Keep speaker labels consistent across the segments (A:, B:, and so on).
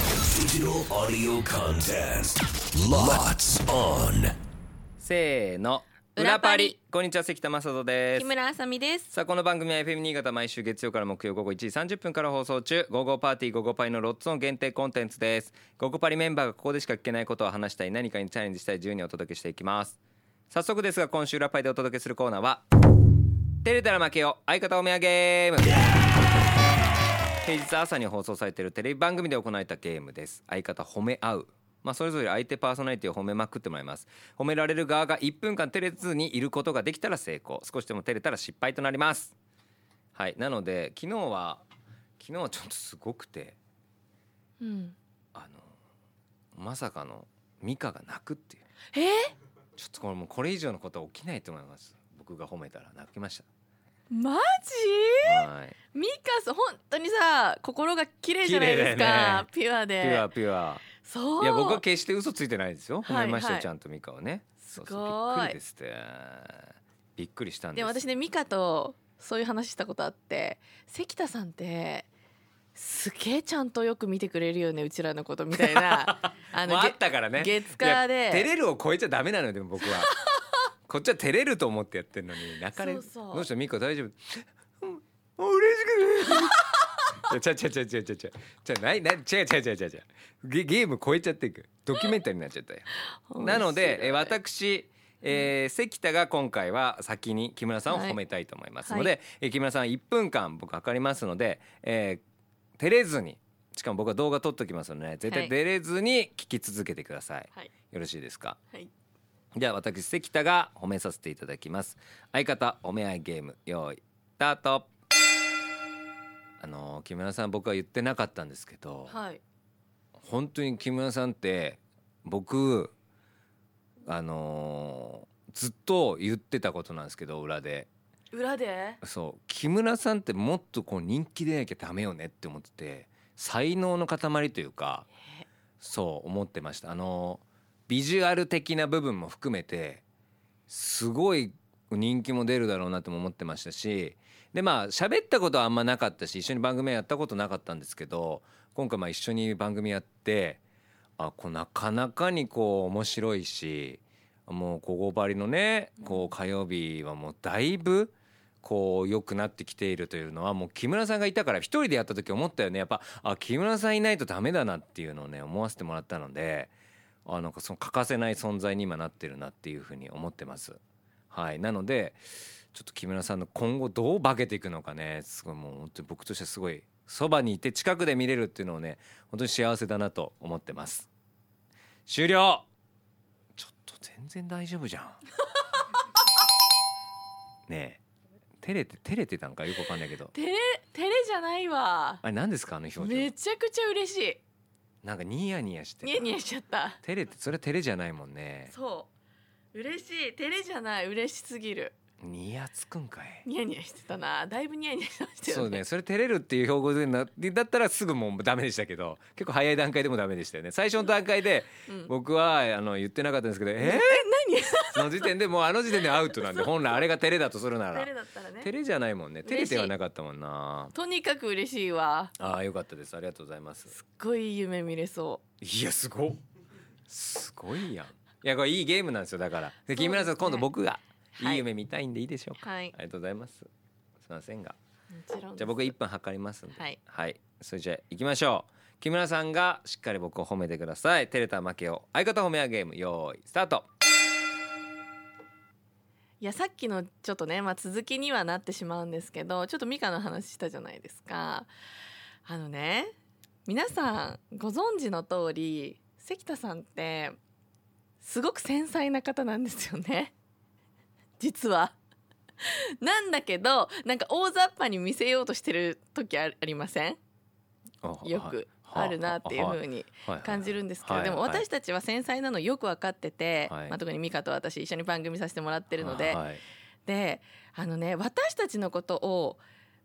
A: Digital audio contest. Lots on.
B: せーの
C: 裏パリ
B: こんにちは関田正人で
C: 木
B: す
C: 村あさみです。
B: さあこの番組は FM 新潟毎週月曜から木曜午後1時30分から放送中「午後パーティー午後パリ」のロッツオン限定コンテンツです午後パリメンバーがここでしか聞けないことを話したり何かにチャレンジしたい自由にお届けしていきます早速ですが今週裏パリでお届けするコーナーは「照れたら負けよ相方おめやゲーム」平日朝に放送されているテレビ番組で行われたゲームです相方褒め合うまあそれぞれ相手パーソナリティを褒めまくってもらいます褒められる側が1分間照れずにいることができたら成功少しでも照れたら失敗となりますはいなので昨日は昨日はちょっとすごくて
C: うん。
B: あのまさかのミカが泣くっていう
C: え
B: ちょっとこれもうこれ以上のことは起きないと思います僕が褒めたら泣きまし
C: マ
B: たはい
C: ジ？ミカさん本当にさ心が綺麗じゃないで
B: 綺麗
C: す
B: だよ
C: か
B: ね。
C: ピュア
B: ピ
C: で。
B: ュアピュア
C: そう。
B: いや僕は決して嘘ついてないですよ
C: は
B: 褒
C: い
B: めました
C: は
B: よ
C: い
B: ちゃんとミカをねそうそう
C: すご
B: びっく
C: い
B: りですってびっくりしたんで
C: ですも私ねミカとそういう話したことあって関田さんってすげえちゃんとよく見てくれるよねうちらのことみた いなあ
B: もうあ
C: げ
B: ったからね
C: 月火で
B: いや照れるを超えちゃダメなのよでも僕はこっちは照れると思ってやってるのに泣かれる
C: そうそう
B: どうしたミカ大丈夫うんあ嬉しくないいやちゃうちゃうちゃうちゃうちゃうちゃうちゃうないない違う違う違う違う違うゲゲーム超えちゃっていくドキュメンタリーになっちゃったよなので、えー
C: 面白い
B: 私、えー関田が今回は先に木村さんを
C: はい
B: 褒めたいと思いますので、えー木村さん1分間僕測りますので、えー照れずにしかも僕は動画撮っときますので絶
C: は
B: 対
C: い
B: 照れずに聞き続けてください、
C: はい
B: よろしいですか
C: はい
B: では私関田が褒めさせていただきます相方褒め合いゲーム用意スタートあのー木村さん僕は言ってなかったんですけど、
C: はい
B: 本当に木村さんって僕あのーずっと言ってたことなんですけど裏で
C: 裏で
B: そう木村さんってもっとこう人気出なきゃダメよねって思ってて才能の塊というかそう思ってましたあのービジュアル的な部分も含めてすごい人気も出るだろうなとも思ってましたしでまあ喋ったことはあんまなかったし一緒に番組やったことなかったんですけど今回まあ一緒に番組やってあこうなかなかにこう面白いしもう「こごばり」のねこう火曜日はもうだいぶこう良くなってきているというのはもう木村さんがいたから一人でやった時思ったよねやっぱあ木村さんいないとダメだなっていうのをね思わせてもらったのであなんかその欠かせない存在に今なってるなっていうふうに思ってます。はい、なのでちょっと木村さんの今後どう化けていくのかねすごいもう本当に僕としてはすごいそばにいて近くで見れるっていうのをね本当に幸せだなと思ってます終了ちょっと全然大丈夫じゃんねえ照れて照れてたんかよくわかんないけど
C: 照れ照れじゃないわ
B: あれ何ですかあの表
C: め
B: 情
C: ちゃくちゃ嬉し
B: なんかニヤニヤしてた
C: いニヤニヤしちゃった
B: 照れてそれ照れじゃないもんね
C: そう嬉しい照れじゃない嬉しすぎる
B: ニヤつくんかい
C: ニヤニヤしてたなだいぶニヤニヤしてました
B: そ
C: よ
B: う
C: ね
B: ねそれ照れるっていう標語でなだったらすぐもうダメでしたけど結構早い段階でもダメでしたよね最初の段階で
C: うん
B: 僕はあの言ってなかったんですけど、えー、その時点でもうあの時点でアウトなんで本来あれが照れだとするな
C: 何
B: ら
C: 照れだったら
B: 照
C: ね
B: れじゃないもんね照れてはなかったもんな
C: とにかく嬉しいわ
B: ああよかったですありがとうございます
C: すっごいいい夢見れそ
B: いやすごっすごいやんいやこれいいゲームなんですよだからで
C: そうですね
B: 木村さん今度僕が
C: うはい
B: いい夢見たいんでいいでしょうか、
C: は
B: あ
C: い
B: りがとうございますすいませんが
C: もちろん
B: じゃあ僕1分測りますんでは
C: はい
B: それじゃあ行きましょう木村さんがしっかり僕を褒めてください照れたら負けを相方褒め合うゲームよーいスタート
C: いやさっきのちょっとね、まあ、続きにはなってしまうんですけどちょっとミカの話したじゃないですかあのね皆さんご存知の通り関田さんってすごく繊細な方なんですよね 実は。なんだけどなんか大雑把に見せようとしてる時あありません
B: あ
C: よ
B: はい
C: くあるなっていう風に
B: はいはい
C: 感じるんですけど、
B: はい
C: でも
B: はい
C: 私たちは繊細なのよく分かってて、
B: はい
C: まあ、特にミカと私一緒に番組させてもらってるので、
B: はい
C: であのね私たちのことを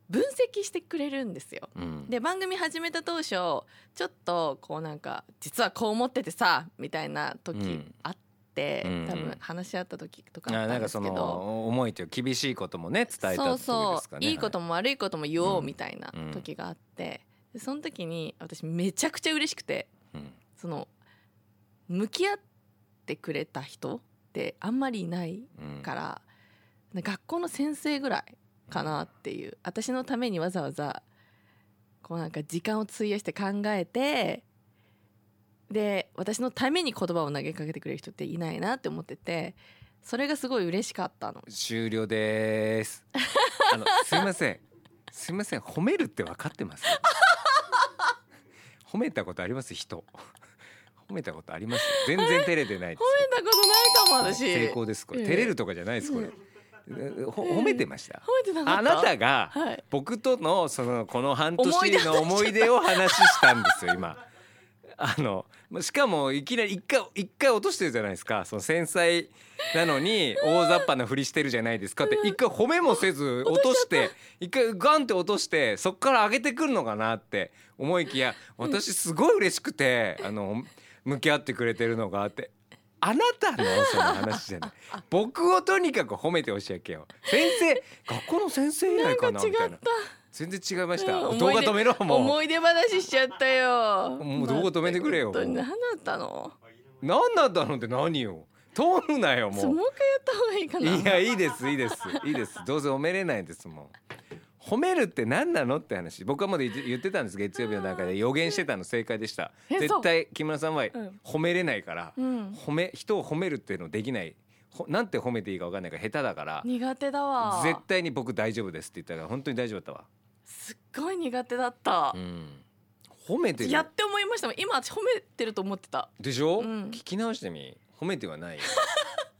C: 分析してくれるんですよ。
B: うん
C: で番組始めた当初ちょっとこうなんか実はこう思っててさみたいな
B: う
C: 時
B: ん
C: あって、
B: うん
C: 多分話し合った時とかあ
B: あな
C: った
B: ん
C: ん
B: か
C: です
B: そ
C: けど。
B: の思いという厳しいこともね伝えたってこと
C: そう
B: ですかね
C: そう、いいこと
B: も
C: も悪いことも言おううんみたいな
B: うん
C: 時があって、でその時に私めちゃくちゃ嬉しくてその向き合ってくれた人ってあんまりいない
B: うん
C: から、学校の先生ぐらいかなっていう私のためにわざわざこうなんか時間を費やして考えてで私のために言葉を投げかけてくれる人っていないなって思っててそれがすごい嬉しかったの。
B: 終了 です。あのすいません。すいません。褒めるって分かってます。褒めたことあります人。褒めたことあります。全然照れてないで
C: 褒
B: す
C: めたことないかも私。
B: 成功ですこれ。照れるとかじゃないですこれ。ほ褒めてました。
C: 褒めてなか
B: あ
C: った。
B: なたが
C: はい。
B: 僕とのそのこの半年
C: 思い出
B: の思い出を話したんですよ今。あのしかもいきなり一回一回落としてるじゃないですかその繊細なのに大雑把なふりしてるじゃないですかって一回褒めもせず落として一回ガンって落としてそっから上げてくるのかなって思いきや私すごい嬉しくてあの向き合ってくれてるのがあってあなたのその話じゃない僕をとにかく褒めてほしいわけよ先生学校の先生以
C: なん
B: 来
C: か
B: か
C: 違
B: な
C: っ
B: みたいな
C: た。
B: 全然違いました
C: うん
B: 動画止めろも
C: 思い出話しちゃったよ
B: もう動画止めてくれよ
C: まあ本当に何だったの
B: う何なんだろうって何よ通るなよ
C: そう
B: も
C: もう一回やった方がいいか
B: う
C: ない
B: やいいですいいですいいですどうせ褒めれないですもん褒めるって何なのって話僕はまだ言ってたんです月曜日の中で予言してたの正解でした
C: えそ
B: 絶
C: う
B: 対木村さんは
C: ん
B: 褒めれないから、
C: うん
B: 褒め人を褒めるっていうのできないほなんて褒めていいか分かんないから下手だから
C: 苦手だわ
B: 絶対に僕大丈夫ですって言ったから本当に大丈夫だったわ、
C: すっごい苦手だった、
B: うん、褒めてる
C: やって思いましたもん今私褒めてると思ってた
B: でしょ、
C: うん
B: 聞き直してみ褒めてはないよ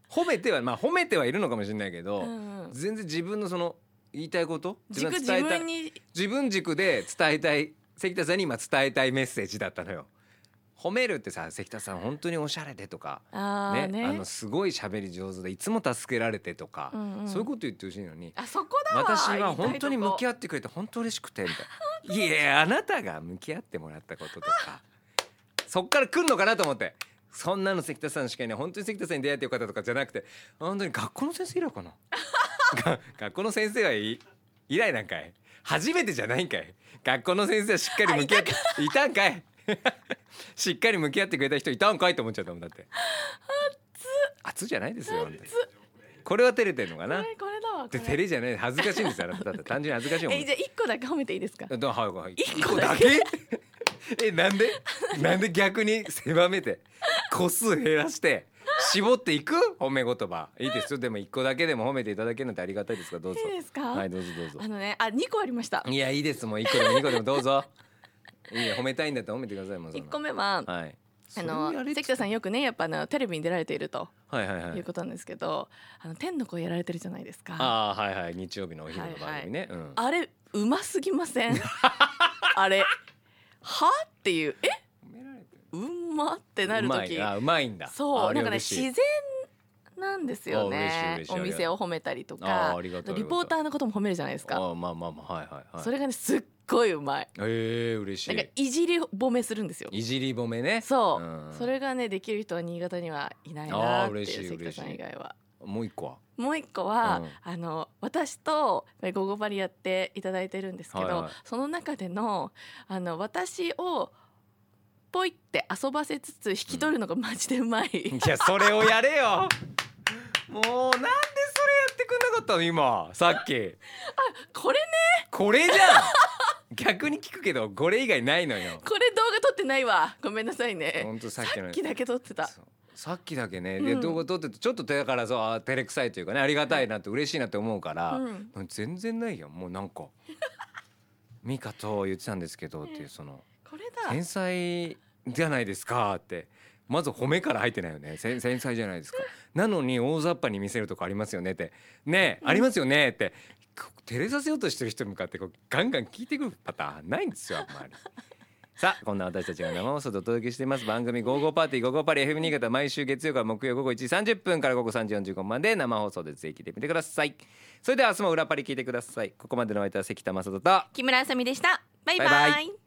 B: 褒めてはまあ褒めてはいるのかもしれないけど、
C: うん
B: 全然自分のその言いたいこと
C: 軸
B: 伝え
C: 自
B: たい
C: 分に
B: 自分軸で伝えたい関田さんに今伝えたいメッセージだったのよ褒めるってさ関田さん本当におしゃれでとか
C: あー
B: ね
C: ね
B: あのすごい喋り上手でいつも助けられてとか、
C: うんうん
B: そういうこと言ってほしいのに
C: あそこだわ
B: 私は本当に向き
C: 合
B: 合ってくれて本当嬉しくてみたいな「いやあなたが向き合ってもらったこととかそっから来るのかなと思ってそんなの関田さんしかいない本当に関田さんに出会ってよかったとかじゃなくて本当に学校の先生以来か なが学校の先生はい以来なんかい初めてじゃないんかい学校の先生はしっかり向き合っていたんかい しっかり向き合ってくれた人いたんかいと思っちゃったもんだって熱熱じゃないですよ本当にこれは照れてんのかな
C: これこれだわこ
B: で
C: れ
B: 照れじゃない恥ずかしいんですよあなた だって単純に恥ずかしいもん
C: えじゃあ一個だけ褒めていいですか
B: だはいはい
C: 一
B: 一
C: 個
B: 個
C: だ
B: だ
C: け
B: け えなんでなんで逆に狭めて個数減らして絞っていく褒め言葉いいですよでも一個だけでも褒めていただけるなんてありがたいですからどうぞ
C: いいですか
B: はいどうぞどうぞ
C: あのねあ二個ありました
B: いやいいですもう一個でも二個でもどう ぞいいよ褒めたいんだったら褒めてくださいもうそん
C: 一
B: な
C: 個目は
B: はい
C: あの
B: それやれっ
C: 関
B: つ
C: 田さんよくねやっぱあのテレビに出られていると
B: はいはいはい
C: いうことなんですけど、あの天の声やられてるじゃないですか。あ
B: ああはいはい日曜日のお昼の番組ね、うん
C: れうますぎ ません。あれはっていうえ
B: 褒められてる
C: うんまってなる
B: うまい
C: 時、
B: あうまいんだ
C: そうなんかね自
B: しい
C: 然なんですよ
B: あ
C: ね
B: 嬉しい嬉しい
C: お店を褒めたりと
B: あ
C: か
B: ーありがとうありがと
C: リ
B: う
C: ポーターのことも褒めるじゃないですか。
B: あまあまあまあはいはいはい
C: それがねすっごいうまい。
B: ええ嬉し
C: なんか
B: い
C: いじり褒めするんですよ。
B: いじり褒めね
C: そう、
B: うん
C: それがねできる人は新潟にはいないなーって
B: あー嬉
C: い
B: し
C: う
B: い
C: 関田さん
B: 嬉しい
C: 以外は。
B: もう一個は
C: もう一個は、
B: うん
C: あの私と「ゴゴバリ」やっていただいてるんですけど、
B: はいはい
C: その中でのあの私をポイって遊ばせつつ引き取るのがマジでうまい、
B: いやそれをやれよもうなんでそれやってくんなかったの今さっき
C: これね
B: これじゃん逆に聞くけどこれ以外ないのよ
C: これ動画撮ってないわごめんなさい
B: ほ
C: ね
B: んとさっきの
C: さっきだけ撮ってた
B: そうさっきだけね、
C: う
B: で
C: ん
B: 動画撮っててちょっとだからそうあー照れくさいというかねありがたいなって嬉しいなって思うから、
C: うん
B: 全然ないよもうなん か「ミカと言ってたんですけど」っていうその。
C: これだ
B: 天才じゃないですかってまず褒めから入ってないよねせん繊細じゃないですかなのに大雑把に見せるとこありますよねってねえ、ありますよねってこう照れさせようとしてる人に向かってこうガンガン聞いてくるパターンないんですよあんまり。さあこんな私たちが生放送でお届けしています番組「ゴーゴーパーティーゴーゴーパーティー FM 新潟」毎週月曜から木曜午後1時30分から午後3時45分まで生放送でぜひ聞いてみてくださいそれでは明日も裏パリ聞いてくださいここまでのお相手は関田正人と
C: 木村あさみでしたバイバイ
B: バイバイ